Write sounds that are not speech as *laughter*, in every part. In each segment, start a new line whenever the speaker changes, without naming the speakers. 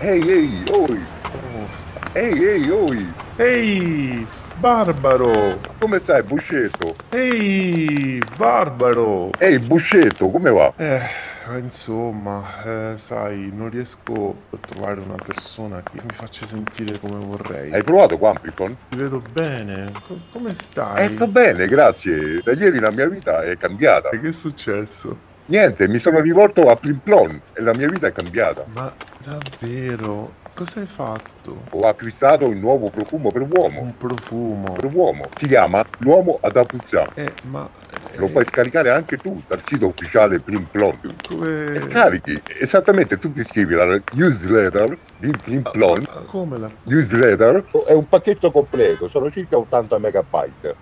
Ehi, ehi, oi! Ehi, ehi, oi!
Ehi, Barbaro!
Come stai, Busceto?
Ehi, Barbaro!
Ehi, Busceto, come va?
Eh, insomma, eh, sai, non riesco a trovare una persona che mi faccia sentire come vorrei.
Hai provato Quampington?
Ti vedo bene. Co- Come
Eh,
stai?
sto bene, grazie. Da ieri la mia vita è cambiata.
E che è successo?
Niente, mi sono rivolto a Plimplon e la mia vita è cambiata.
Ma davvero, cosa hai fatto?
Ho acquistato un nuovo profumo per uomo.
Un profumo.
Per uomo. Si chiama L'uomo ad Abruzziano.
Eh, ma...
Lo
eh,
puoi scaricare anche tu dal sito ufficiale Plimplon.
come...
E scarichi, esattamente, tu ti iscrivi alla newsletter di Plimplon.
Ah, Come la...
newsletter è un pacchetto completo, sono circa 80 megabyte,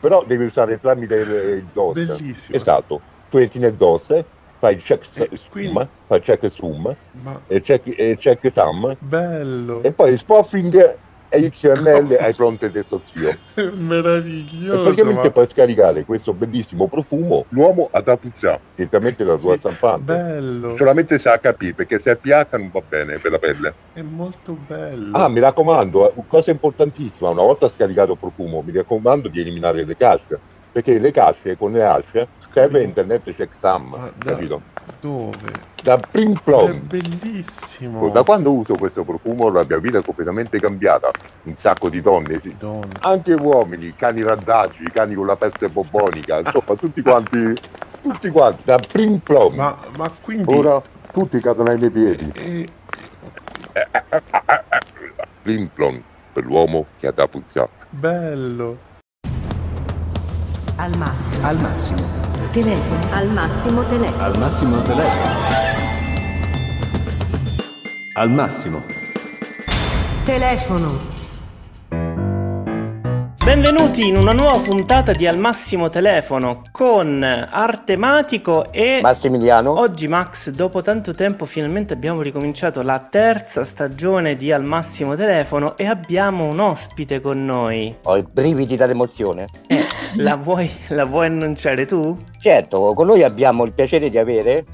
però devi usare tramite il, il DOS.
Bellissimo.
Esatto, tu entri nel DOS, fai il check
Eh,
sum,
quindi-
fai check sum
Ma...
e check, e check sum
Bello!
e poi spoffing e XML hai pronto il testo zio. E
*laughs* Meraviglioso!
praticamente
ma-
puoi scaricare questo bellissimo profumo, l'uomo ad Abruzziano, direttamente dalla tua
Sì,
stampante.
Bello!
Solamente se HP, perché se è pH non va bene per la pelle.
È molto bello.
Ah, mi raccomando, eh, cosa importantissima, una volta scaricato il profumo, mi raccomando di eliminare le cache, perché le cache con le hash serve internet
Ma
checksum,
dai.
capito?
Dove?
Da prim
È
plom.
bellissimo.
Da quando uso questo profumo la mia vita è completamente cambiata, un sacco di donne, sì.
Madonna.
anche uomini, cani raddaggi, cani con la peste *laughs* bobonica, insomma tutti quanti, tutti quanti, da prim plom.
Ma, ma quindi...
Ora tutti cadono ai miei *laughs* piedi.
eh,
Prim plom, per l'uomo che ha da puzzare.
bello.
Al massimo.
Al massimo.
Telefono. Al massimo telefono.
Al massimo telefono. Al massimo.
Telefono.
Benvenuti in una nuova puntata di Al Massimo Telefono con Artematico e
Massimiliano?
oggi Max, dopo tanto tempo finalmente abbiamo ricominciato la terza stagione di Al Massimo Telefono e abbiamo un ospite con noi.
Ho i brividi dall'emozione.
*laughs*
La vuoi, la vuoi annunciare tu?
Certo, con noi abbiamo il piacere di avere.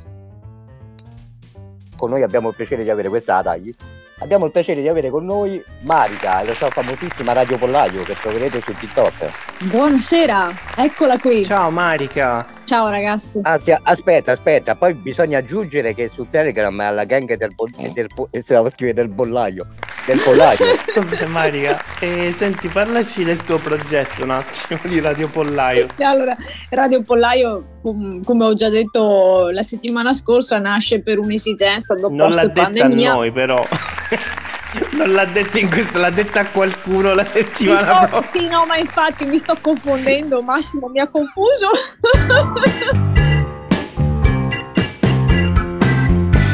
Con noi abbiamo il piacere di avere questa la tagli. Abbiamo il piacere di avere con noi Marica, la sua famosissima Radio Pollaio che troverete su TikTok.
Buonasera, eccola qui. Ciao,
Ciao Marica!
ragazzi.
Anzi, aspetta, aspetta, poi bisogna aggiungere che su Telegram è alla gang del, bo- del, po- eh, stavo scrivendo del bollaio. Del pollaio.
Vabbè Marica, e senti parlaci del tuo progetto un attimo di Radio Pollaio.
*laughs* E Allora, Radio Pollaio, com- come ho già detto la settimana scorsa, nasce per un'esigenza dopo
Non l'ha
post
detta a
pandemia.
noi però. *laughs* Non l'ha detta in questo, l'ha detta a qualcuno la
Mi
settimana
sto-
prossima.
sì, no, ma infatti mi sto confondendo, Massimo mi ha confuso. *laughs*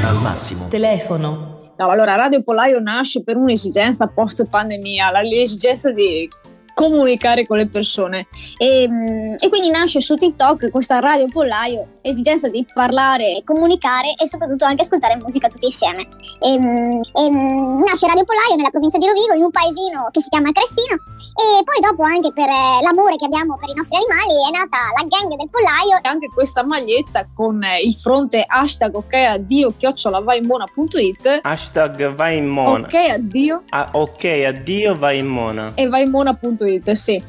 Al massimo.
Telefono.
No, allora, Radio Pollaio nasce per un'esigenza post pandemia, l'esigenza di comunicare con le persone.
E, mm, e quindi nasce su TikTok questa radio pollaio, esigenza di parlare.
e comunicare e soprattutto anche ascoltare musica tutti insieme. E, mm, e, mm, nasce Radio Polaio nella provincia di Rovigo, in un paesino che si chiama Crespino e poi dopo anche per eh, l'amore che abbiamo per i nostri animali è nata la gang del Pollaio
E anche questa maglietta con eh, il fronte hashtag ok addio chiocciolavaimona.it
Ah, Hashtag vai in mona.
ok addio
Ah, ok, addio, vai in mona.
e vaimona.it, sì.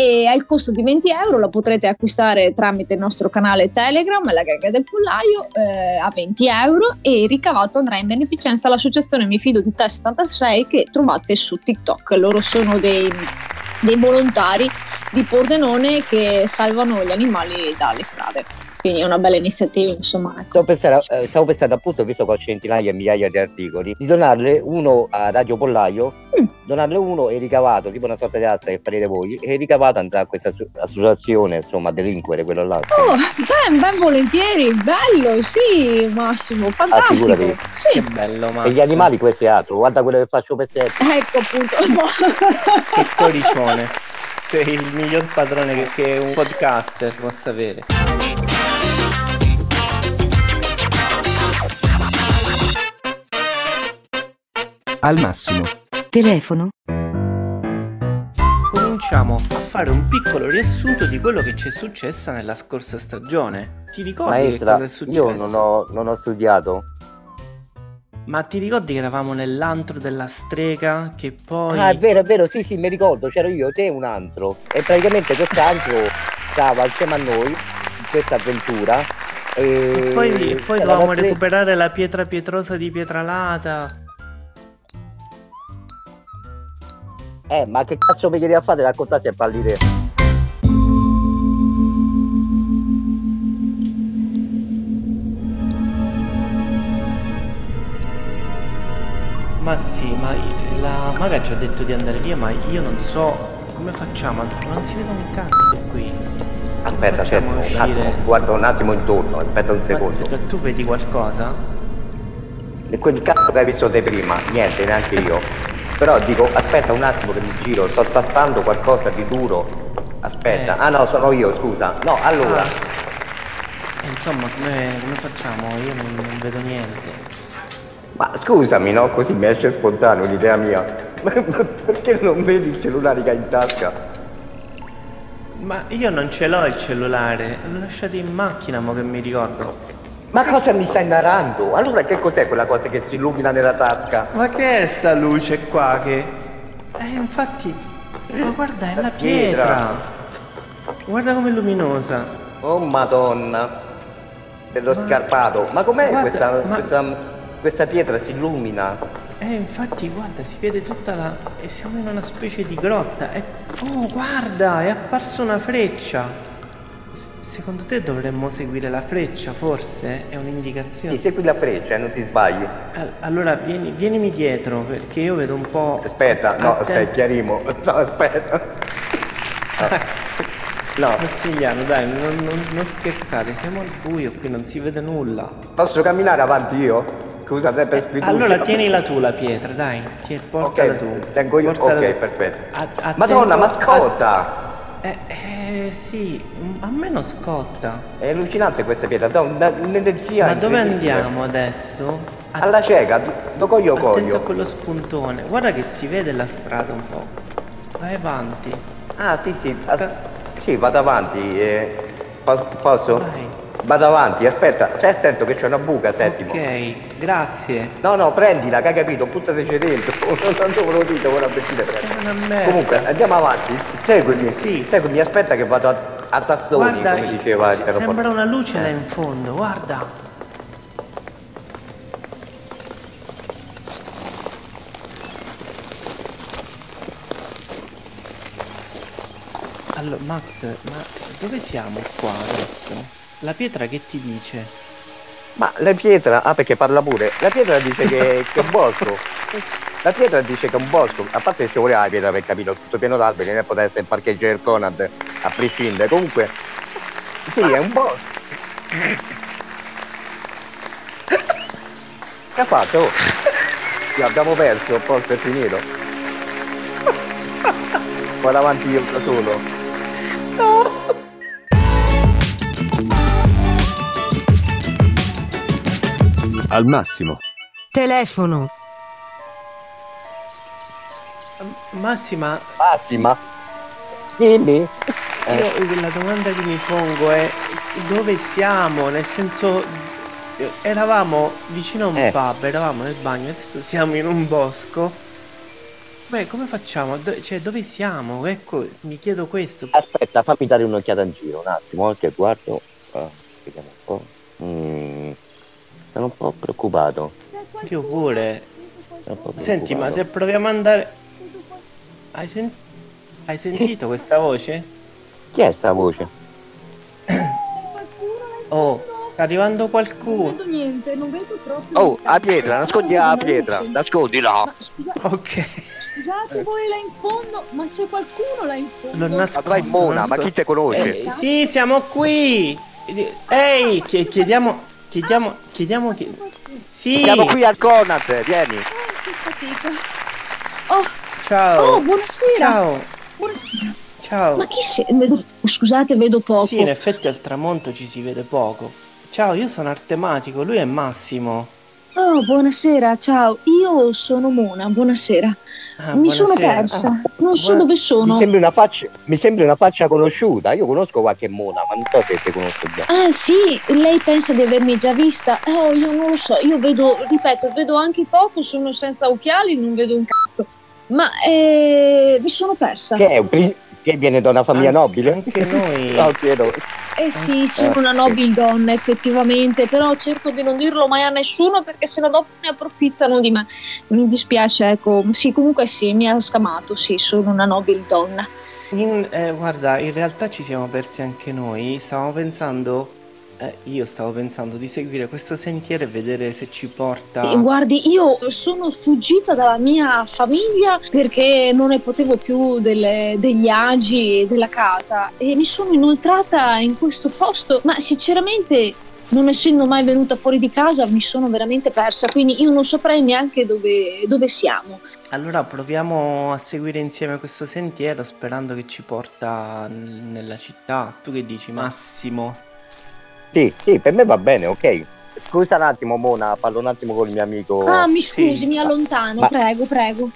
E al costo di 20 euro la potrete acquistare tramite il nostro canale Telegram, la gaga del pollaio, eh, a 20 euro e il ricavato andrà in beneficenza all'associazione Mi Fido di Te 76 che trovate su TikTok. Loro sono dei, dei volontari di Pordenone che salvano gli animali dalle strade. Quindi è una bella iniziativa, insomma. ecco.
Stavo pensando, eh, stavo pensando appunto, visto che ho centinaia e migliaia di articoli, di donarle uno a Radio Pollaio,
Mm.
donarle uno e ricavato, tipo una sorta di asta che farete voi, e il ricavato andrà a questa assu- associazione, insomma, a delinquere, quello là.
Oh, ben, ben volentieri, bello, sì Massimo, fantastico.
figurati.
Che
sì,
bello, ma.
e gli animali questi altro, guarda quello che faccio per sempre.
ecco appunto.
Che coricione. *laughs* Sei il miglior padrone che, che un podcaster possa avere.
Al massimo.
Telefono.
Cominciamo a fare un piccolo riassunto di quello che ci è successo nella scorsa stagione. Ti ricordi che
Maestra,
cosa è successo?
io non ho, non ho studiato.
Ma ti ricordi che eravamo nell'antro della strega? Che poi.
Ah, è vero, è vero, sì, sì, mi ricordo, c'ero io, te e un altro. E praticamente quest'altro stava insieme a noi in questa avventura. E,
E poi, e poi
c'era
dovevamo
eh, la tre-
recuperare la pietra pietrosa di Pietralata.
Eh, ma che cazzo mi chiedi a fare? Raccontarsi e fallire.
Ma sì, ma i- la maga ci ha detto di andare via, ma io non so come facciamo. Antonio, Non si vede un cazzo qui.
Aspetta, aspetta,
Facciamo
un
uscire-
attimo, guarda un attimo intorno, aspetta un secondo.
Ma tu vedi qualcosa?
E quel cazzo che hai visto te prima, niente, neanche io. Però dico, aspetta un attimo che mi giro, sto tastando qualcosa di duro. Aspetta,
Eh. Ah.
ah no, sono io, scusa. No, allora,
E Insomma, come, come facciamo? Io non, non vedo niente.
ma scusami, no, così mi esce spontaneo l'idea mia. Ma ma perché non vedi il cellulare che hai in tasca?
Ma io non ce l'ho il cellulare, l'ho lasciato in macchina, mo che mi ricordo.
Ma cosa mi stai narrando? Allora che cos'è quella cosa che si illumina nella tasca?
Ma che è sta luce qua che... Eh, infatti... Ma guarda, è la pietra! Guarda com'è luminosa!
Oh madonna! Dello
Ma-
scarpato. Ma com'è
Guarda,
questa,
ma-
questa, questa pietra si illumina?
Eh, infatti, guarda, si vede tutta la... E siamo in una specie di grotta. E... Oh, guarda, è apparsa una freccia! S- secondo te dovremmo seguire la freccia, forse? È un'indicazione.
Sì, segui la freccia, eh, non ti sbagli.
Al- Allora, vieni, vienimi dietro, perché io vedo un po'...
Aspetta, no, aspetta,
attento.
chiarimo. No, aspetta. No,
Massimiliano, dai, non, non- non scherzate, siamo al buio qui, non si vede nulla.
posso camminare avanti io? Scusa, te per sfiducia.
Allora tienila tu la pietra, dai, ti- portala tu.
Ok, tengo io.
portala
Ok,
tu.
perfetto.
A- attento-
Madonna, ma
a-
scotta!
Eh, eh, sì, m- a me non scotta.
È allucinante questa pietra, dà una- un'energia.
Ma dove
incredibile.
andiamo adesso? A-
Alla cieca, do coglio
attento a
coglio.
quello spuntone, guarda che si vede la strada un po'. Vai avanti,
Ah, sì, sì. as- sì, vado avanti. eh. Pos- posso?
Vai.
Vado avanti, aspetta, stai attento che c'è una buca, settimo.
ok, grazie.
No, no, prendila, che hai capito, buttateci dentro. *laughs* Non tanto ve lo dico, ora avvertite,
È
prendila.
una merda.
Comunque, andiamo avanti, seguimi,
Certo. Sì.
seguimi, aspetta che vado a, a tastoni,
Guarda,
come diceva il
se-
terraform-
sembra una luce
Eh.
là in fondo, guarda. Allora, Max, ma dove siamo qua adesso? La pietra che ti dice?
Ma la pietra, ah perché parla pure, la pietra dice che, che è un bosco. La pietra dice che è un bosco, a parte che ci voleva la pietra per capire, tutto pieno d'alberi, non poteva essere il parcheggio del Conad, a prescindere, comunque... Sì, è un bosco. Che ha fatto? Oh. Sì, abbiamo perso, il posto è finito. Vado avanti io da solo.
Al massimo.
Telefono.
Massima,
Massima. Dimmi.
io la domanda che mi pongo è dove siamo? Nel senso, eravamo vicino a un
Eh.
pub, eravamo nel bagno, adesso siamo in un bosco. Beh, come facciamo? Do- cioè, dove siamo? Ecco, mi chiedo questo.
Aspetta, fammi dare un'occhiata in giro un attimo, eh, che guardo. Ah, vediamo un po'. Mm, sono un po' preoccupato.
Io pure.
sono un po'
Senti, ma
preoccupato.
se proviamo ad andare... Hai, sen- hai sentito questa voce?
Chi è sta voce?
Oh, sta arrivando
Non
qualcuno.
vedo niente, non vedo proprio.
Oh,
niente.
la pietra, nascondi
Non
la
vedo
pietra,
luce.
nascondila.
Ma scusa-
Ok.
Scusate voi là in fondo, ma c'è qualcuno là in fondo?
Non nascondo.
Ma vai mona, ma chi te conosce?
Eh, sì, siamo qui. Ehi, chi- chiediamo, chiediamo, chiediamo chi... Sì,
Siamo qui al Conad, vieni.
Oh, che fatica. Oh,
ciao.
oh, buonasera.
Ciao,
Buonasera.
ciao.
Ma chi sei? Vedo- Scusate, vedo poco.
Sì, in effetti al tramonto ci si vede poco. Ciao, io sono Artematico, lui è Massimo.
Oh, buonasera, ciao. Io sono Mona, buonasera.
Ah,
Mi sono
buonasera.
persa,
Ah,
non so
buona-
dove
Mi
sono.
sembra, una faccia, mi sembra una faccia conosciuta. Io conosco qualche mona, ma non so se te conosco già.
Ah sì, lei pensa di avermi già vista? Eh, Oh, io non lo so, io vedo, ripeto, vedo anche poco, sono senza occhiali, non vedo un cazzo. Ma eh, mi sono persa.
Che, è un pri- che viene da una famiglia
An-
nobile? *laughs*
anche noi.
No, chiedo.
Eh sì, sono
Eh,
una
sì.
nobile donna effettivamente, però cerco di non dirlo mai a nessuno perché sennò dopo ne approfittano di me. Mi dispiace, ecco. Sì, comunque sì, mi ha scamato, sì, sono una nobile donna.
In- eh, guarda, in realtà ci siamo persi anche noi. Stavamo pensando, eh, io stavo pensando di seguire questo sentiero e vedere se ci porta.
Eh, Guardi, io sono fuggita dalla mia famiglia perché non ne potevo più delle- degli agi della casa e mi sono inoltrata in questo posto, ma sinceramente non essendo mai venuta fuori di casa mi sono veramente persa, quindi io non saprei neanche dove, dove siamo.
Allora proviamo a seguire insieme questo sentiero sperando che ci porta n- nella città. Tu che dici, Massimo?
Sì, sì, per me va bene, ok. Scusa un attimo, Mona, parlo un attimo col mio amico.
ah, mi
Oh, sì.
scusi, mi allontano,
Ma-
prego, prego.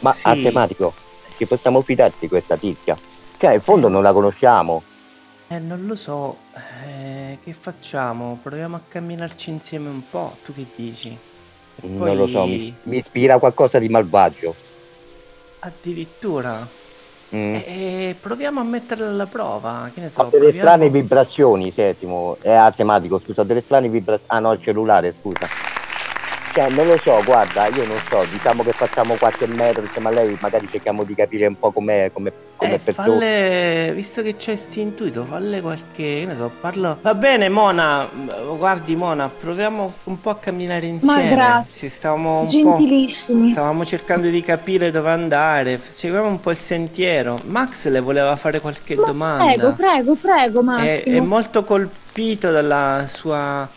ma
sì.
a tematico, ci possiamo fidarci di questa tizia? Cioè, in fondo non la conosciamo.
Eh, non lo so. Eh, che facciamo? Proviamo a camminarci insieme un po'. Tu che dici? E poi-
Non lo so, mi, mi ispira a qualcosa di malvagio.
Addirittura.
Mm.
Eh, proviamo a metterla alla prova. Che ne so,
Ha delle
proviamo-
strane vibrazioni, Settimo, è a tematico, scusa, ha delle strane vibrazioni. Ah no, il cellulare, scusa. Cioè, non lo so, guarda, io non so, diciamo che facciamo qualche metro insieme a lei, magari cerchiamo di capire un po' com'è, come come
Eh,
persona.
falle, visto che c'è sti intuito, falle qualche, che ne so, parlo. Va bene, Mona, mh, guardi Mona, proviamo un po' a camminare insieme.
grazie.
Sì, stavamo un po'-
Gentilissimi.
stavamo cercando di capire dove andare, f- seguiamo un po' il sentiero. Max le voleva fare qualche
Ma
domanda. Eh,
Prego, prego, prego,
È,
Massimo.
è molto colpito dalla sua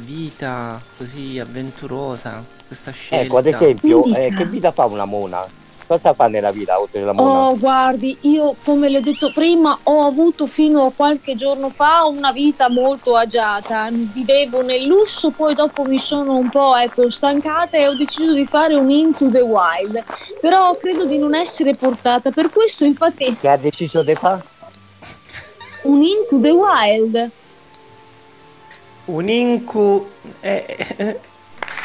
vita così avventurosa, questa scelta.
Ecco, ad esempio,
Mi dica.
eh, che vita fa una mona? Cosa fa nella vita oltre la mona?
Oh, guardi, io come le ho detto prima, ho avuto fino a qualche giorno fa una vita molto agiata. Vivevo nel lusso, poi dopo mi sono un po' ecco, stancata e ho deciso di fare un into the wild. Però credo di non essere portata. Per questo, infatti,
Che ha deciso di fare?
un into the wild.
Un incu. È, è, è-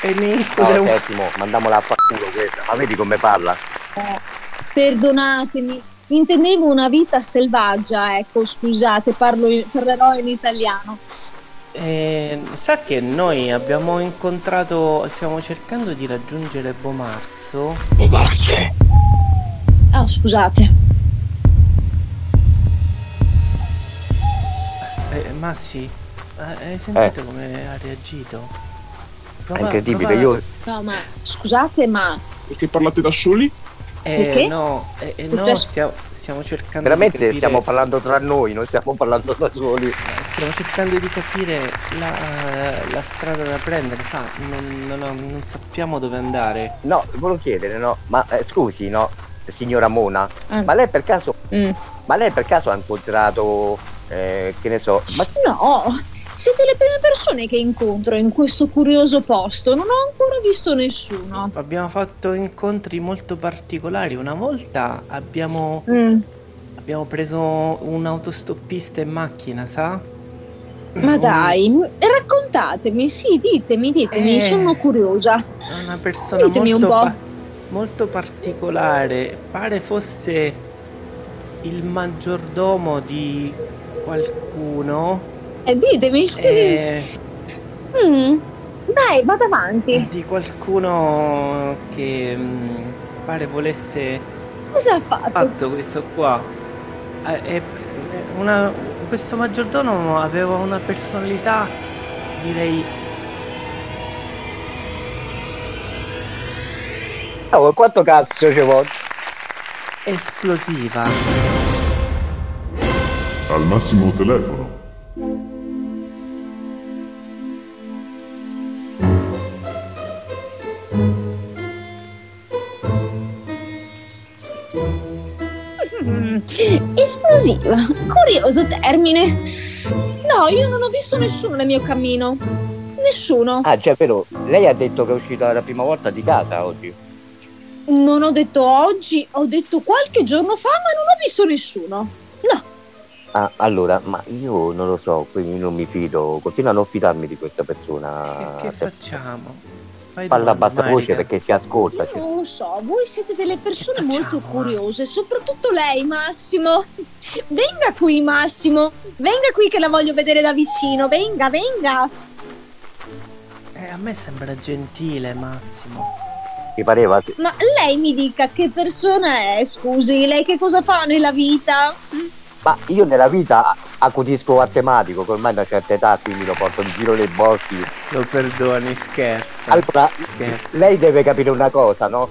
è *laughs* un incu.
No,
del-
Settimo, Ah, mandiamola a fa' culo questa, ma vedi come parla?
Perdonatemi. Intendevo una vita selvaggia, ecco, scusate, parlo in- parlerò in italiano.
Eh, sa che noi abbiamo incontrato, stiamo cercando di raggiungere Bomarzo
Ah, scusate.
Eh, Massi, eh, hai sentito come ha reagito?
È
Prova-
incredibile,
prova-
io
No, ma scusate, ma
Perché parlate da soli?
Eh,
Perché?
no, eh, eh,
Cosa
no,
è-
stiamo, stiamo cercando di
veramente
capire-
stiamo parlando tra noi, non stiamo parlando da soli.
stiamo cercando di capire la, la strada da prendere, sa, non, non- non sappiamo dove andare.
No, volevo chiedere, no, ma eh, scusi, no, signora Mona,
Eh.
ma lei per caso,
Mm.
ma lei per caso ha incontrato, eh, che ne so, ma
No, siete le prime persone che incontro in questo curioso posto. Non ho ancora visto nessuno.
Abbiamo fatto incontri molto particolari, una volta abbiamo...
Mm,
Abbiamo preso un autostoppista in macchina, sa?
Ma
Un-
dai, m- raccontatemi, sì, ditemi, ditemi,
Eh.
sono curiosa.
Una persona
Ditemi un
molto,
po'.
pa- molto particolare. Pare fosse il maggiordomo di qualcuno.
Eh, ditemi.
eh,
Mm, Dai, vado avanti.
di qualcuno che mm, pare volesse
Cosa ha fatto?
fatto questo qua. Eh, eh, una- questo maggiordomo aveva una personalità, direi,
oh, quanto cazzo ci vuole?
esplosiva.
Al massimo telefono.
Mm, Esplosiva, curioso termine. No, io non ho visto nessuno nel mio cammino. nessuno.
Ah, cioè, però, lei ha detto che è uscita la prima volta di casa oggi.
Non ho detto oggi, ho detto qualche giorno fa, ma non ho visto nessuno. No,
Ah, allora, ma io non lo so, quindi non mi fido. Continuo a non fidarmi di questa persona. Cioè,
Che eh. facciamo? Fai
Parla a
domande,
bassa voce
Marica.
perché ci ascolta. ci-
non lo so, voi siete delle persone molto
Facciamola.
curiose, soprattutto lei Massimo. Venga qui Massimo, venga qui che la voglio vedere da vicino, venga, venga.
Eh, a me sembra gentile, Massimo.
Ti pareva? Sì.
Ma lei mi dica che persona è, scusi, lei che cosa fa nella vita?
Ma io nella vita accudisco a tematico, che ormai a una certa età, quindi lo porto in giro nei boschi.
Lo perdoni, scherzo.
Certo.
Allora,
Scherzo.
lei deve capire una cosa, no?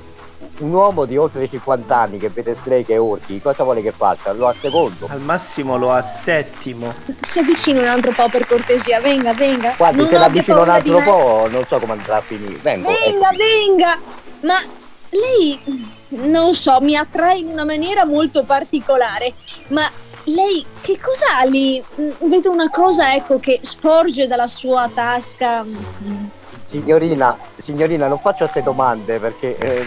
Un uomo di oltre 50 anni che vede streghe e orchi, cosa vuole che faccia? Lo assecondo.
Al massimo lo assettimo.
Si avvicina un altro po' per cortesia, venga, venga.
Guardi,
Non
se la
abbia
avvicino un
paura di
altro
me.
po', non so come andrà a finire. Vengo.
Venga,
ecco.
venga! Ma lei, non so, mi attrae in una maniera molto particolare. Ma lei che cosa ha lì? Mm, Vedo una cosa, ecco, che sporge dalla sua tasca. Mm.
Signorina, signorina, non faccio queste domande perché... eh,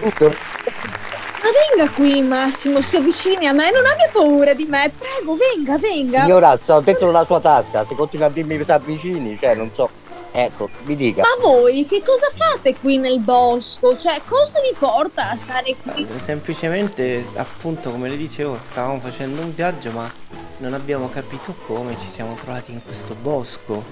tutto-
Ma venga qui, Massimo, si avvicini a me, non abbia paura di me, prego, venga, venga.
Signora, sono dentro la sua tasca, se continua a dirmi che si avvicini, cioè non so. Ecco, mi dica.
Ma voi che cosa fate qui nel bosco? Cioè, cosa vi porta a stare qui?
Semplicemente, appunto, come le dicevo, stavamo facendo un viaggio, ma non abbiamo capito come ci siamo trovati in questo bosco.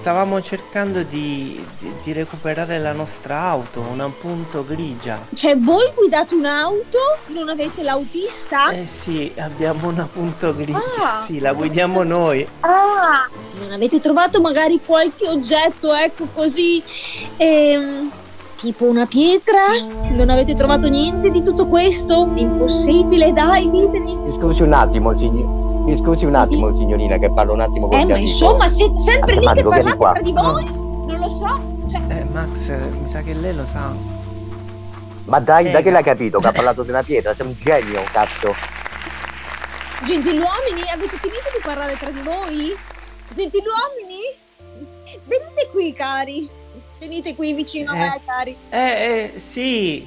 Stavamo cercando di, di- di recuperare la nostra auto, una punto grigia.
Cioè, voi guidate un'auto, non avete l'autista?
Eh sì, abbiamo una punto grigia.
Ah.
sì, la guidiamo noi.
Ah, non avete trovato magari qualche oggetto, ecco così, ehm, tipo una pietra? Non avete trovato niente di tutto questo? Impossibile, dai, ditemi.
Mi scusi un attimo, signorina. Mi scusi un attimo, signorina, che parlo un attimo con
Eh,
gli
ma
amici.
insomma, siete sempre lì che
Automatico, vieni
parlate
qua.
tra di voi, non lo so. Cioè,
Eh, Max, mi sa che lei lo sa.
Ma dai,
Prego.
dai che l'ha capito, che ha parlato di una pietra, sei un genio, cazzo.
gentiluomini, avete finito di parlare tra di voi? Gentiluomini? Venite qui, cari. Venite qui vicino a me,
Eh.
cari.
Eh, eh, sì,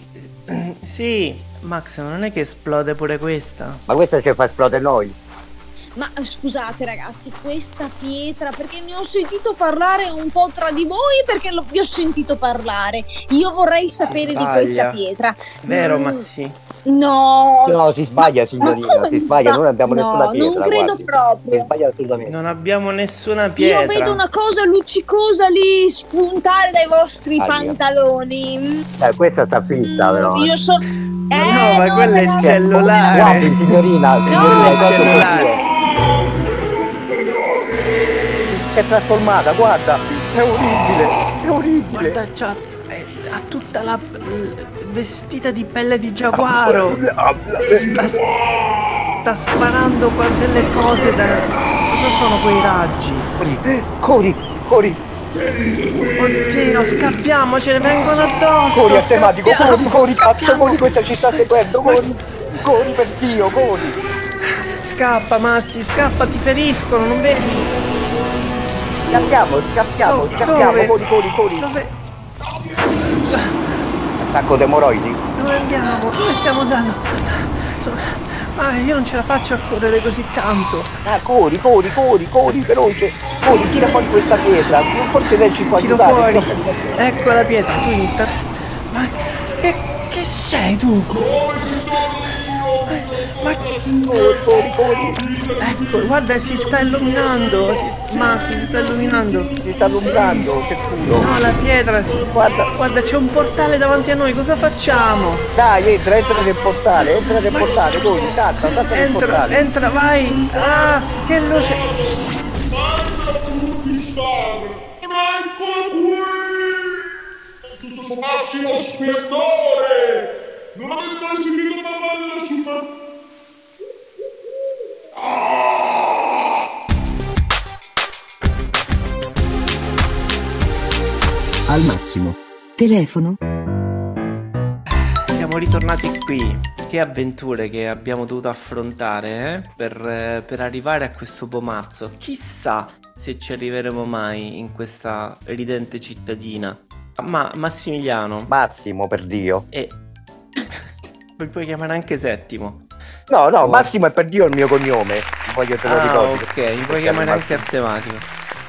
sì. Max, non è che esplode pure questa?
Ma questo ci fa esplodere noi.
Ma eh, scusate ragazzi, questa pietra perché ne ho sentito parlare un po' tra di voi perché lo- vi ho sentito parlare. Io vorrei sapere di
sbaglia.
questa pietra.
Vero,
Mm,
ma sì.
No,
No, si sbaglia, signorina,
come
si
mi
sbaglia,
sba-
non abbiamo
No,
nessuna pietra.
non credo
guardi.
proprio.
Si sbaglia assolutamente.
Non abbiamo nessuna pietra.
io vedo una cosa luccicosa lì spuntare dai vostri
Aia.
pantaloni. Mm,
Eh, questa sta finta, però. Eh,
Io so... Eh,
no, ma quello è il
ragazzi.
cellulare.
Guardi, signorina, signorina,
il
guardi che
cellulare.
cos'è. Si è trasformata, guarda. È orribile, è orribile.
Guarda, c'ha, eh, ha tutta la l- vestita di pelle di giaguaro. Sta, sta sparando qua delle cose da... Cosa sono quei raggi?
Cori, Cori,
Oddio, scappiamo, ce ne vengono addosso.
Cori, è tematico,
scappiamo,
Cori, Cori, cazzo,
scappiamo.
Cori, questa ci sta seguendo, Cori, Cori, per Dio, Cori.
Scappa, Massi, scappa, ti feriscono, non vedi?
Scappiamo, scappiamo,
Do-
scappiamo,
dove?
Cori, Cori, Cori.
Dove,
Attacco di emoroidi.
dove andiamo? Dove stiamo andando? Sono- Ma io non ce la faccio a correre così tanto.
Ah, Cori, Cori, Cori, Cori, veloce. Cori, tira fuori questa pietra, forse lei ci può
Tiro
aiutare.
fuori. Ecco la pietra, tu Inter. Ma che, che sei tu? Ma
Cori, Cori, Cori,
ecco, guarda, si sta illuminando. Si, Max, si sta illuminando.
si sta allungando, che culo.
No, la pietra. si-
Guarda,
Guarda, c'è un portale davanti a noi, cosa facciamo?
dai, entra, entra nel portale, entra nel portale, Cori, salta, salta nel
Entra,
portale.
entra, vai! Ah, che luce!
Ecco qui! Tutto massimo splendore! Non avete mai sentito parlare della super...
Al massimo.
Telefono.
Siamo ritornati qui. Che avventure che abbiamo dovuto affrontare eh, per, eh, per arrivare a questo pomazzo. Chissà se ci arriveremo mai in questa ridente cittadina. Ma Massimiliano.
Massimo, per Dio.
E... *laughs* Mi puoi chiamare anche Settimo.
No, no, Massimo è per Dio il mio cognome. Voglio te lo
ah,
ricordo.
ok, mi puoi chiamare anche Artematico.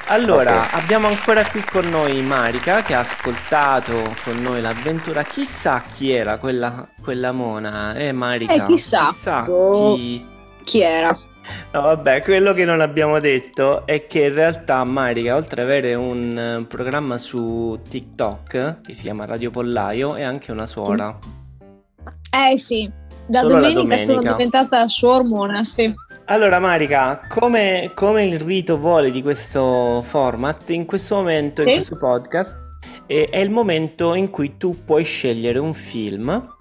Allora,
Ok.
abbiamo ancora qui con noi Marica che ha ascoltato con noi l'avventura. Chissà chi era quella, quella mona, eh Marica?
Eh, chissà. Boh.
chi...
Chi era?
No, vabbè, quello che non abbiamo detto è che in realtà Marica, oltre ad avere un eh, programma su TikTok che si chiama Radio Pollaio, è anche una suora.
Eh sì, da
Solo la
domenica, sono
domenica.
diventata suormona, sì.
Allora, Marica, come, come il rito vuole di questo format, in questo momento, in
Sì.
questo podcast, eh, è il momento in cui tu puoi scegliere un film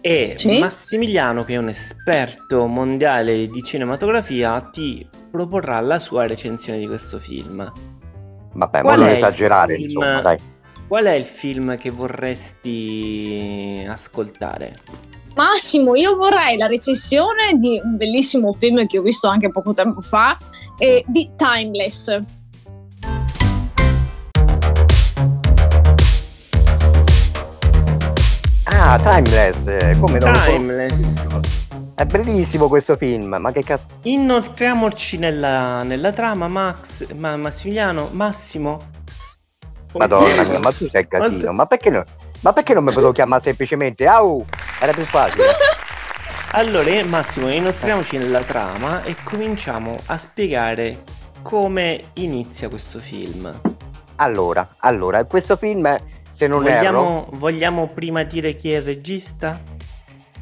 e
Sì.
Massimiliano, che è un esperto mondiale di cinematografia, ti proporrà la sua recensione di questo film.
Vabbè, ma
Qual
non
è il
esagerare,
film-
insomma, dai.
Qual è il film che vorresti ascoltare?
Massimo, io vorrei la recensione di un bellissimo film che ho visto anche poco tempo fa, eh, di Timeless.
Ah, Timeless, eh, come non lo so?
Timeless.
È bellissimo questo film, ma che cazzo.
Inoltriamoci nella, nella trama, Max, ma- Massimiliano, Massimo. Come-
Madonna mia, ma
*laughs*
tu sei casino, ma perché non, ma perché non mi potevo chiamare semplicemente Au? Era più facile.
Allora, eh, Massimo, inoltriamoci nella trama e cominciamo a spiegare come inizia questo film.
Allora, allora, questo film, se non erro,
Vogliamo, vogliamo prima dire chi è il regista?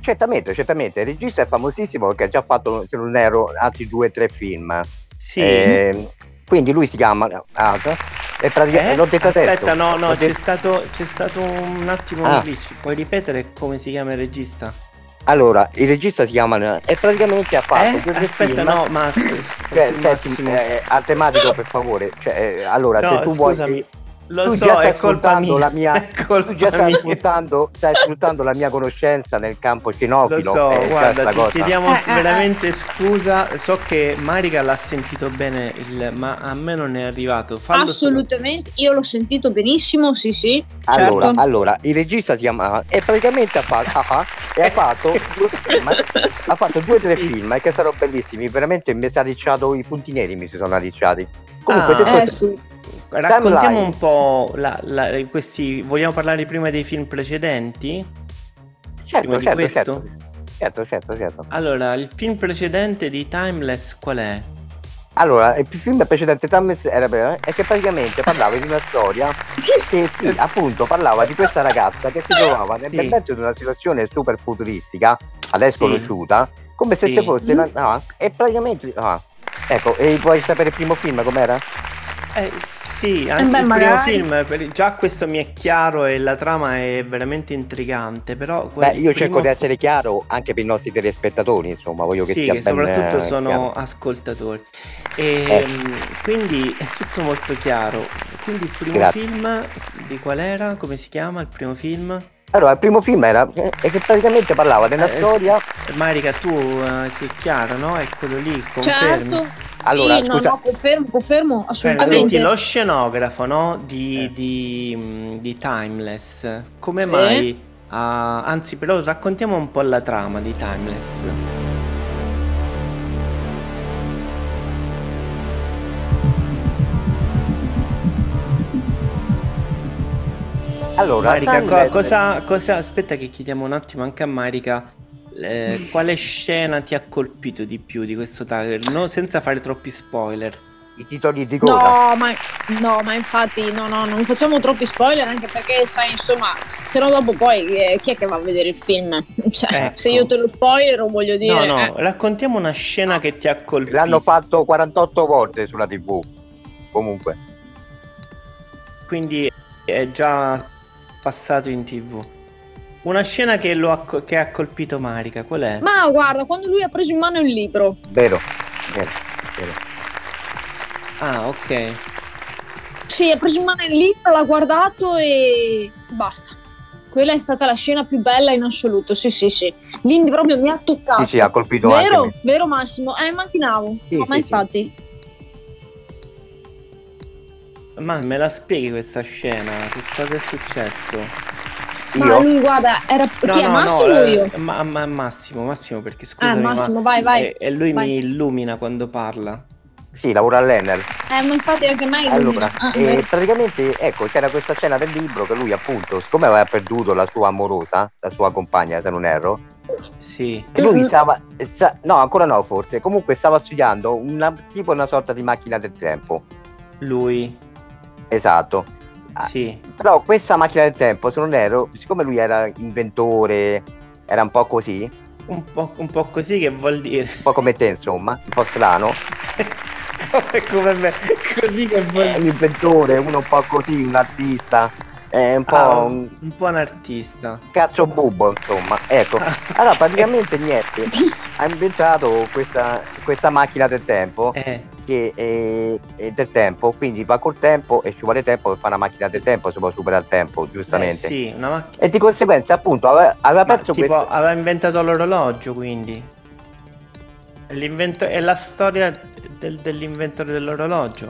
certamente, certamente, il regista è famosissimo perché ha già fatto, se non erro, altri due o tre film.
Sì.
Eh, quindi lui si chiama ah, Alta e praticamente
Eh?
l'ho detto adesso.
Aspetta, no, no,
L'ho
c'è
detto-
stato, c'è stato un attimo un
Ah.
glitch. Puoi ripetere come si chiama il regista?
Allora, il regista si chiama e praticamente ha fatto
Eh?
due o tre
Aspetta,
film.
no, Max.
Cioè, senti,
Massimo.
eh, al tematico per favore, cioè, eh, allora
No,
se tu
scusami,
vuoi
Lo
tu
so,
già stai
è colpa
ascoltando
mia.
la mia-
*laughs* È colpa
tu già stai
mia.
sfruttando, stai sfruttando la mia conoscenza nel campo
Lo
cinofilo.
so,
eh, già
guarda,
sta
ti
cosa.
chiediamo
Eh, eh, eh.
veramente scusa. So che Marica l'ha sentito bene, il- ma a me non è arrivato. Fallo
Assolutamente, io l'ho sentito benissimo, sì sì.
Allora,
certo.
allora, il regista si chiama e praticamente ha fatto, ah, ah, e ha fatto due film, ha fatto due o tre film eh, che sono bellissimi, veramente mi si è arricciato i punti neri, mi si sono arricciati. Comunque,
Ah.
detto
Eh
ciò-
sì.
solo. Raccontiamo
timeline.
un po' la- la- questi. Vogliamo parlare prima dei film precedenti? prima
certo,
di
certo,
questo?
certo, certo, certo, certo.
Allora, il film precedente di Timeless qual è?
Allora, il film precedente Thomas era per- è che praticamente parlava di una storia che sì, appunto parlava di questa ragazza che si trovava nel
Eh, Sì.
bel mezzo di una situazione super futuristica, adesso sconosciuta, come se
Sì. Mm.
ci fosse una- ah, e praticamente ah, ecco, e vuoi sapere il primo film com'era?
Eh sì, anche
beh,
il
magari.
primo film, per- già questo mi è chiaro e la trama è veramente intrigante, però
Beh,
quel
io cerco
primo-
di essere chiaro anche per i nostri telespettatori, insomma, voglio che
sì,
sia
che
ben, eh,
soprattutto sono
chiaro.
ascoltatori. E,
Eh.
mh, Quindi è tutto molto chiaro. Quindi il primo
Grazie.
film di qual era? Come si chiama il primo film?
Allora, il primo film era eh, è che praticamente parlava della
Eh,
storia
Marica, tu eh, ti è chiaro, no? È quello lì, confermi?
Certo.
Allora,
sì, no,
scusa-
no, confermo, confermo
Cioè,
assolutamente.
senti, lo scenografo, no? Di,
Eh.
di, mh, di Timeless. Come
Sì.
mai? ah, anzi, però raccontiamo un po' la trama di Timeless.
Allora,
Marica, co-
Timeless-
cosa, cosa- Aspetta che chiediamo un attimo anche a Marica eh,
*laughs*
quale scena ti ha colpito di più di questo trailer? No, senza fare troppi spoiler.
i titoli di coda.
No ma, no, ma infatti no, no, non facciamo troppi spoiler anche perché sai, insomma, se no dopo poi eh, chi è che va a vedere il film? *laughs* Cioè,
Ecco.
se io te lo spoilero voglio
No,
dire...
no,
eh,
raccontiamo una scena che ti ha colpito.
L'hanno fatto 48 volte sulla TV. Comunque,
Quindi è già passato in tv. Una scena che, lo ha, co- che ha colpito Marica, qual è?
Ma guarda, quando lui ha preso in mano il libro,
vero. vero, vero.
Ah, ok.
sì, ha preso in mano il libro, l'ha guardato e basta. Quella è stata la scena più bella in assoluto, sì, sì, sì. Lindi proprio mi ha toccato.
Sì, sì, ha colpito anche
Vero,
me.
vero Massimo? Eh, immaginavo.
Sì,
ma
sì,
infatti,
Ma me la spieghi questa scena? Che cosa è successo?
Ma lui, guarda, era...
No,
chi è
no,
Massimo
no,
o
eh,
io? Ah, Eh,
Ma, ma- Massimo, Massimo, perché scusami.
Massimo,
ma- eh,
vai, vai,
eh,
E, e lui
vai.
mi illumina quando parla.
Sì, lavora all'Enel.
Eh, ma infatti anche me...
Allora,
Ah,
eh,
vero.
praticamente ecco, c'era questa scena del libro che lui appunto, siccome aveva perduto la sua amorosa, la sua compagna se non erro,
Sì.
lui stava, eh, sta- no ancora no forse, comunque stava studiando una, tipo una sorta di macchina del tempo.
Lui.
Esatto. Ah,
Sì.
Però questa macchina del tempo, se non erro, siccome lui era inventore, era un po' così,
Un po', un po' così che vuol dire. *laughs*
un po' come te insomma, un po' strano,
Come- come me. Così che vuol
Eh,
è eh, un inventore, uno un po' così, un artista, è un po'
Ah,
un-
un, un po' un artista.
cazzo bubbo insomma ecco
*laughs*
allora praticamente niente ha inventato questa, questa macchina del tempo
Eh,
che è, è del tempo quindi va col tempo e ci vuole tempo per fare una macchina del tempo si può superare il tempo
eh
giustamente
sì, una macchina.
e di conseguenza appunto aveva, aveva perso
Tipo,
questo
aveva inventato l'orologio, quindi. L'invento- è la storia del- dell'inventore dell'orologio.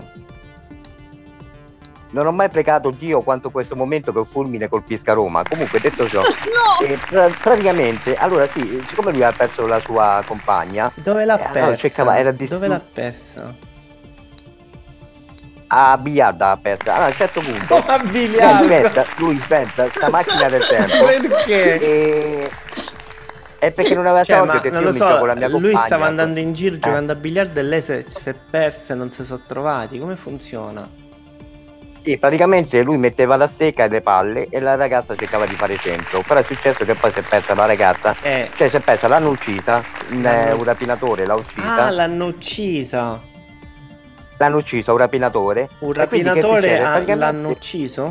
non ho mai pregato Dio quanto questo momento che un fulmine colpisca Roma comunque
*laughs*
detto ciò
No!
eh, pra- praticamente allora sì siccome lui ha perso la sua compagna
Dove l'ha
Eh, allora
persa?
cercava- era
Dove l'ha
distrutto. *laughs*
persa?
a biliarda ha perso allora a un certo punto
Oh, a *laughs*
Lui
biliardo!
inventa, lui inventa sta macchina del tempo. Eh,
Perché?
E... È perché non aveva
Cioè,
soldi
ma
perché
non
io
lo
mi gioco la mia
so, lui
compagna.
stava andando in giro
Eh.
giocando a biliardo e lei si è- si è persa e non si sono trovati. Come funziona?
Sì, praticamente lui metteva la stecca e le palle e la ragazza cercava di fare centro. Però è successo che poi si è persa la ragazza.
Eh,
Cioè si è persa, l'hanno uccisa, un, eh,
L'hanno-
un rapinatore l'ha uccisa,
ah, l'hanno uccisa.
l'hanno uccisa un rapinatore.
Un
E quindi che
rapinatore
succede?
ah,
Praticamente-
l'hanno ucciso?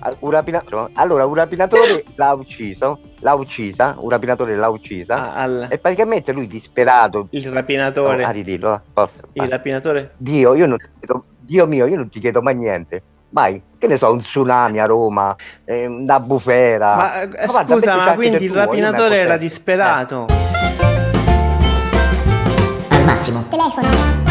Al- un rapina- Allora, un rapinatore l'ha ucciso, l'ha uccisa, un rapinatore l'ha uccisa.
Ah, al-
E praticamente lui disperato... Oh, ah,
il
No,
rapinatore.
a ridirlo, forza.
il rapinatore.
eh, Dio, io non ti chiedo, Dio mio, io non ti chiedo mai niente. Vai, che ne so, un tsunami a Roma, eh, una bufera.
Ma, eh,
Ah, guarda, metti
scusa, ma
anche
quindi
del
il
tuo, io me
rapinatore
ne
era
accontento.
disperato.
Eh,
al massimo,
Telefono.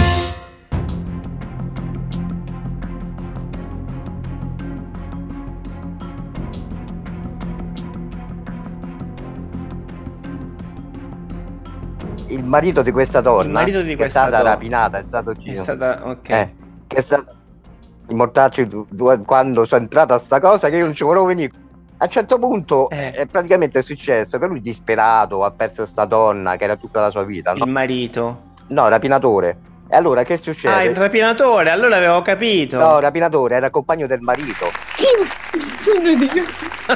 Eh, il marito di questa donna,
Il marito di
che
questa
è stata
donna.
rapinata, è stato
È
ucciso.
stata. Ok.
Eh, che è stato... I mortacci, du- du- quando sono entrata sta cosa, che io non ci volevo venire. A un certo punto
Eh.
è praticamente successo che lui disperato ha perso sta donna che era tutta la sua vita. No,
Il marito.
No, rapinatore. E allora che succede?
Ah, il rapinatore, allora avevo capito.
eh. No, rapinatore era il compagno del marito. *laughs*
*laughs*
*laughs*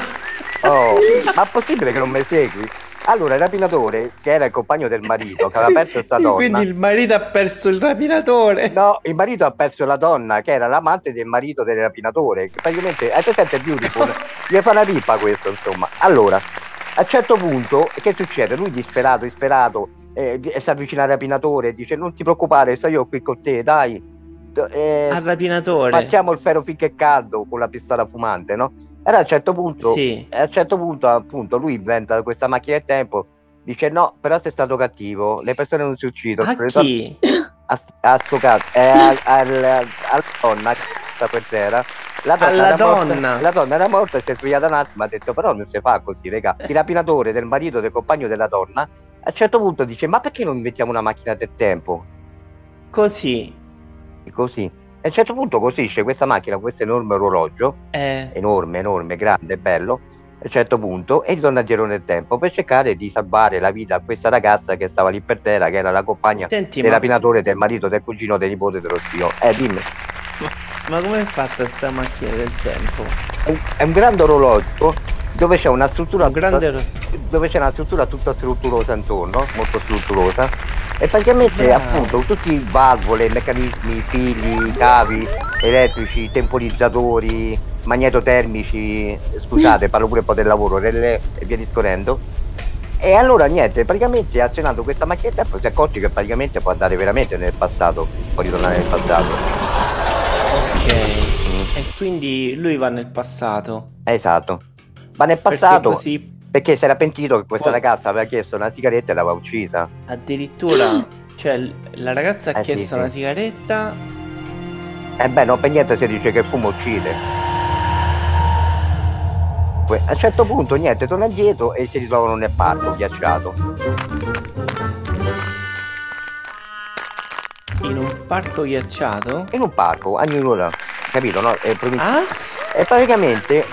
Oh, ma possibile che non mi segui? Allora, il rapinatore, che era il compagno del marito,
*laughs*
che aveva perso sta donna.
Quindi il marito ha perso il rapinatore.
No, il marito ha perso la donna, che era l'amante del marito del rapinatore. Che praticamente, hai presente Beautiful?
*laughs*
Gli fa la pipa questo, insomma. Allora, a un certo punto, che succede? Lui disperato, disperato, eh, di- si avvicina al rapinatore, dice non ti preoccupare, sto io qui con te, dai. D- eh,
Al rapinatore.
facciamo il ferro finché è caldo con la pistola fumante, no? Era a un certo punto...
Sì.
E a un certo punto, appunto, lui inventa questa macchina del tempo. Dice: No, però sei stato cattivo. Le persone non si uccidono.
A
le persone-
chi?
A, a sto cazzo, eh, al, al, al- alla donna che sta per terra. La donna,
Alla
era
donna.
Morta, la donna era morta e si è svegliata un attimo. Ha detto: Però non si fa così, raga. Il rapinatore del marito del compagno della donna. A un certo punto dice: Ma perché non inventiamo una macchina del tempo?
Così.
E così. E a un certo punto costruisce questa macchina, questo enorme orologio
Eh.
enorme, enorme, grande, bello, a un certo punto, e ritorna a girone nel tempo per cercare di salvare la vita a questa ragazza che stava lì per terra, che era la compagna
Senti,
del
ma,
rapinatore, del marito, del cugino, del nipote, dello zio. Eh, dimmi,
ma come è fatta sta macchina del tempo?
è un, è un grande orologio dove c'è una struttura
Un grande ro-
dove c'è una struttura tutta strutturosa intorno, molto strutturosa, e praticamente
Bravo.
appunto tutti i valvole, meccanismi, fili, cavi elettrici, temporizzatori, magnetotermici, scusate, parlo pure un po' del lavoro, relè e via discorrendo. E allora niente, praticamente azionando questa macchinetta si è accorti che praticamente può andare veramente nel passato, può ritornare nel passato.
Ok. E quindi lui va nel passato.
Esatto. Ma nel
Perché
passato perché,
così
si era pentito che questa
Poi-
ragazza aveva chiesto una sigaretta e l'aveva uccisa. *gasps*
addirittura. Cioè, l- la ragazza ha
Eh, sì,
chiesto
sì.
una sigaretta
E Eh beh, non per niente si dice che il fumo uccide. Que- A un certo punto, niente, torna indietro e si ritrovano nel parco ghiacciato.
In un parco ghiacciato?
In un parco, a New Orleans, capito, no? È provin-
Ah?
E praticamente,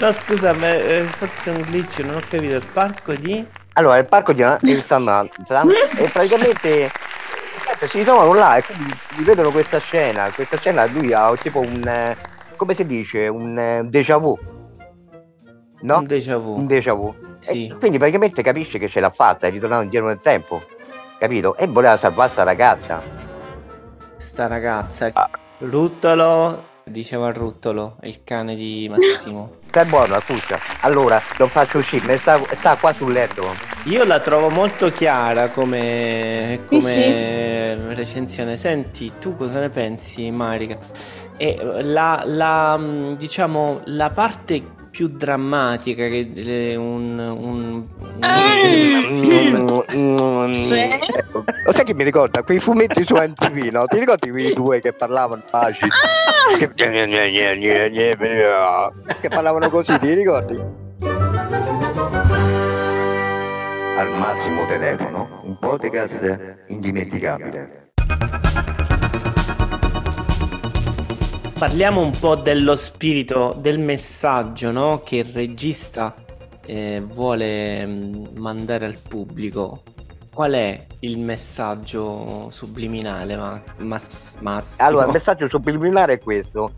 No, scusa, ma eh, forse è un glitch, non ho capito. Il parco di.
allora, il parco di Amsterdam e praticamente niente, si ritrovano là e quindi rivedono questa scena. Questa scena lui ha tipo un, eh, come si dice, un eh, déjà vu. No?
Un déjà vu.
Un déjà vu.
Sì.
E quindi praticamente capisce che ce l'ha fatta, è ritornato indietro nel tempo, capito? E voleva salvare sta ragazza.
Sta ragazza.
Ah.
Ruttolo. Diceva il Ruttolo, il cane di
*laughs*
Massimo.
Stai buono, scusa. Allora, lo faccio uscire, ma sta, sta qua sul letto.
Io la trovo molto chiara come,
Sì,
come recensione. Senti, tu cosa ne pensi, Marica? E eh, la, la, mh, diciamo, la parte più drammatica che eh, un, un, un- un-
Ecco. Lo sai che mi ricorda? Quei fumetti su MTV, no? Ti ricordi quei due che parlavano facile?
Ah!
Che... che parlavano così, ti ricordi? Al massimo telefono, un podcast indimenticabile.
Parliamo un po' dello spirito, del messaggio no? che il regista eh, vuole mh, mandare al pubblico. Qual è il messaggio subliminale, ma, Mass- Massimo?
Allora, il messaggio subliminare è questo.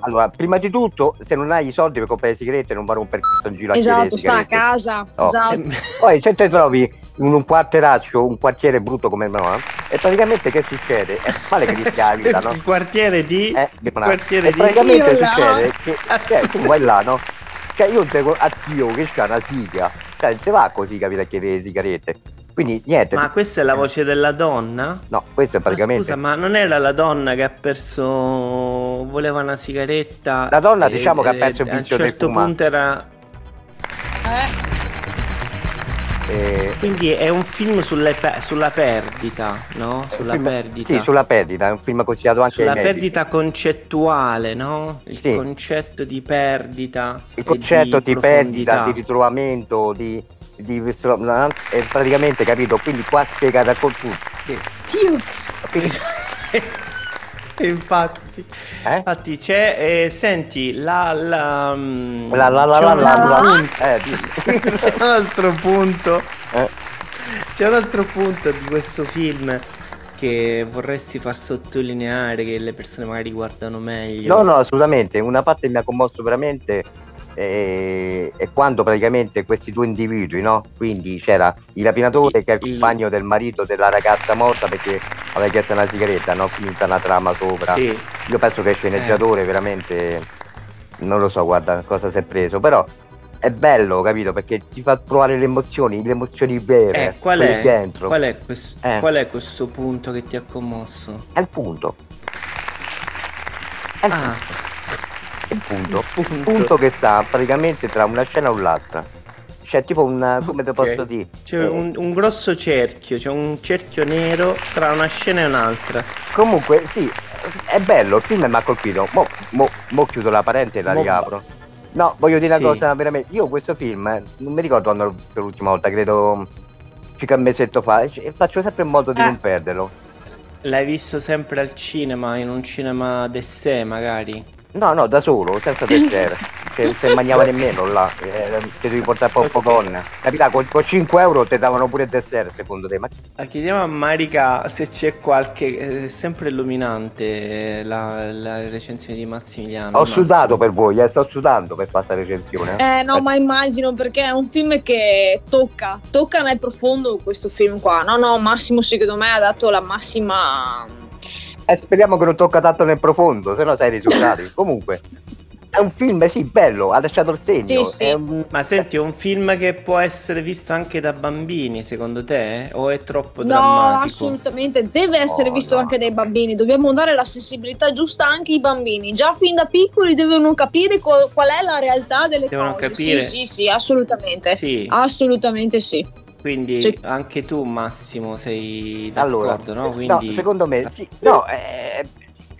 Allora, prima di tutto, se non hai i soldi per comprare le sigarette, non va a rompere il cazzo in giro a chiedere
Esatto,
le
sta a
sigarette.
casa.
No.
Esatto.
Poi se te trovi in un quarteraccio, un quartiere brutto come Milano, e praticamente che succede? È
*laughs*
male che rischia la vita, no?
Il quartiere di...
Eh, di Milano.
quartiere
e
di-
praticamente
Io là.
succede che cioè, tu vai là, no? Cioè io te a zio che c'ha una siga, cioè non si va così, capito, a chiedere le sigarette. Quindi niente,
Ma questa è la voce della donna?
no, questo è eh. praticamente...
Scusa, ma non era la donna che ha perso. voleva una sigaretta.
La donna,
e-
diciamo che ha perso il
e
vizio
A un
del
certo
fumare.
punto era.
eh,
Quindi è un film sulle pe- sulla perdita, no? Sulla
film-
perdita.
sì, sulla perdita, è un film consigliato anche
Sulla
ai medici.
perdita concettuale, no? Il
Sì.
concetto di perdita. e
il concetto di, perdita,
profondità.
di ritrovamento, di, di è praticamente capito, quindi qua spiegata con tutto.
*laughs*
Quindi-
Infatti, infatti c'è. eh, senti, la. La mm,
La la la
c'è
la
un
la
altro
la.
punto-
Eh,
c'è un altro *laughs* punto. C'è un altro punto di questo film che vorresti far sottolineare che le persone magari guardano meglio.
*laughs* No, no, assolutamente, una parte mi ha commosso veramente eh, è quando praticamente questi due individui, no? Quindi c'era il rapinatore che è il compagno del marito della ragazza morta perché aveva chiesto una sigaretta, no? Quindi c'è una trama sopra.
Sì.
Io penso
Eh.
che il sceneggiatore veramente non lo so, guarda cosa si è preso, però è bello, capito? Perché ti fa provare le emozioni, le emozioni vere.
Eh, qual,
quelle
è,
Dentro.
qual è quest-
Eh.
qual è questo punto che ti ha commosso?
È il punto. Eh.
Ah,
Il punto.
Il
Il
punto.
punto. che sta praticamente tra una scena e l'altra. C'è tipo un. come te posso dire?
c'è un, un grosso cerchio, c'è un cerchio nero tra una scena e un'altra.
Comunque, sì, è bello, il film mi ha colpito. Mo, mo- mo chiudo la parente e la
Mo-
riapro. No, voglio dire
Sì.
una cosa veramente. Io questo film, eh, non mi ricordo quando l'ho visto l'ultima volta, credo circa un mesetto fa, e c- e faccio sempre in modo di
Ah.
non perderlo.
L'hai visto sempre al cinema, in un cinema d'essè magari?
No, no, da solo, senza piacere. Se, se mangiava nemmeno là, eh, ti devi portare un po' con. Capita, con, con 5 euro ti davano pure il dessert secondo te, ma
Ah, Chiediamo a Marica se c'è qualche. È sempre illuminante eh, la, la recensione di Massimiliano.
Ho
Massimo.
sudato per voi, eh, sto sudando per questa recensione.
Eh no, ma immagino perché è un film che tocca, tocca nel profondo questo film qua. No, no, Massimo secondo me ha dato la massima...
Eh, speriamo che non tocca tanto nel profondo, se no sai i
*laughs*
risultati. Comunque, è un film, sì, bello, ha lasciato il segno.
Sì, sì.
è un-
Ma senti, è un film che può essere visto anche da bambini, secondo te? O è troppo
No,
drammatico? Oh,
assolutamente, deve essere visto anche dai bambini, dobbiamo dare la sensibilità giusta anche ai bambini, già fin da piccoli devono capire qual, qual è la realtà delle
Devono
cose.
capire.
Sì, sì, sì, assolutamente.
Sì.
Assolutamente sì.
Quindi
Ah, Sì.
anche tu, Massimo, sei
Allora, eh,
d'accordo, no?
no,
Quindi Ah.
secondo me, sì, no, eh,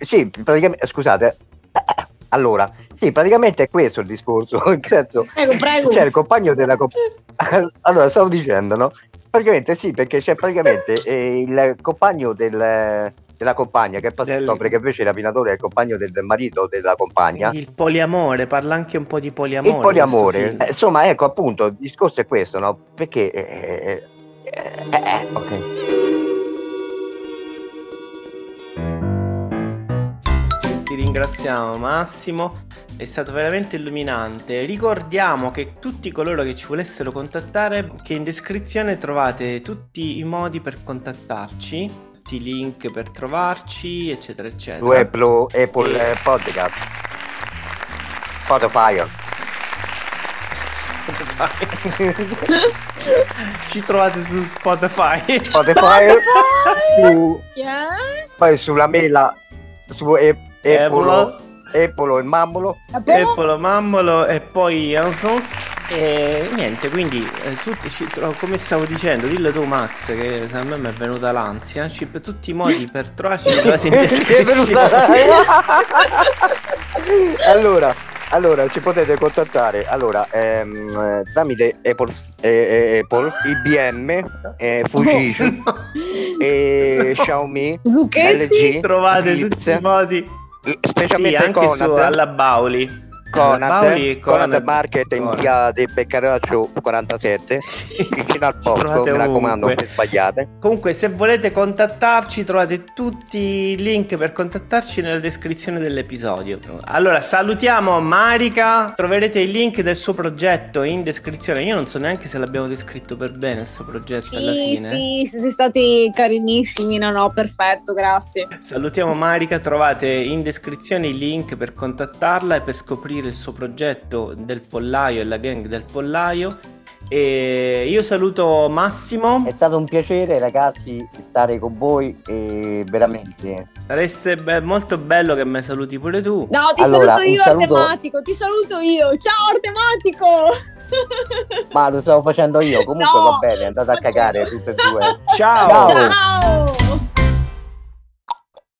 sì, praticamente, scusate. *coughs* Allora, sì, praticamente è questo il discorso. *laughs* nel senso,
Eh,
Prego, prego.
c'è Cioè, il
*laughs*
compagno della comp- *laughs* allora stavo dicendo no praticamente sì perché c'è praticamente eh, il compagno del- della compagna che passa
Del-
no, perché invece il rapinatore è il compagno del marito della compagna
Il poliamore, parla anche un po' di poliamore.
il poliamore
questo film.
Eh, insomma ecco appunto il discorso è questo no perché eh, eh, eh, eh, ok.
Ti ringraziamo Massimo, è stato veramente illuminante. Ricordiamo che tutti coloro che ci volessero contattare, che in descrizione trovate tutti i modi per contattarci, tutti i link per trovarci, eccetera,
su
eccetera.
Apple, Apple eh, Podcast Spotify
ci trovate su
*laughs*
Spotify.
Spotify su,
Yeah.
poi sulla mela su e, Apple
Apple.
Apple e Mammolo
Eppolo, mammolo e poi Jansons. E niente, quindi eh, tutti ci tro- come stavo dicendo, dillo tu Max, che a me mi è venuta l'ansia, ci, per tutti i modi per trovarci
*laughs*
li trovate in *laughs*
Che è *laughs* venuta-
descrizione.
allora, allora, ci potete contattare allora, ehm, eh, tramite Apple, eh, eh, Apple, IBM, eh,
*laughs*
Fujitsu, eh, Xiaomi,
Zucchetti?
LG,
Trovate tutti i
Philips,
modi. Sì,
specialmente
anche su
Conad,
alla Bauli. Alla
Conad,
Bauli e
Conad Market in
Conad.
via del Beccaraccio 47, vicino al porto,
Trovate
mi raccomando,
ovunque.
non sbagliate.
Comunque, se volete contattarci, trovate tutti i link per contattarci nella descrizione dell'episodio. Allora, salutiamo Marica. Troverete il link del suo progetto in descrizione. Io non so neanche se l'abbiamo descritto per bene il suo progetto alla
Sì,
fine.
sì, siete stati carinissimi. No, no, perfetto, grazie.
Salutiamo Marica, trovate in descrizione il link per contattarla e per scoprire il suo progetto del pollaio e la gang del pollaio. E io saluto Massimo.
È stato un piacere ragazzi stare con voi e veramente
Sareste be- molto bello che mi saluti pure tu.
No, ti
Allora,
saluto
un
io,
saluto-
Artematico. Ti saluto io. Ciao, Artematico.
Ma lo stavo facendo io, comunque
No. *laughs*
va bene, andate a cagare tutte e due.
Ciao.
Ciao.
Ciao.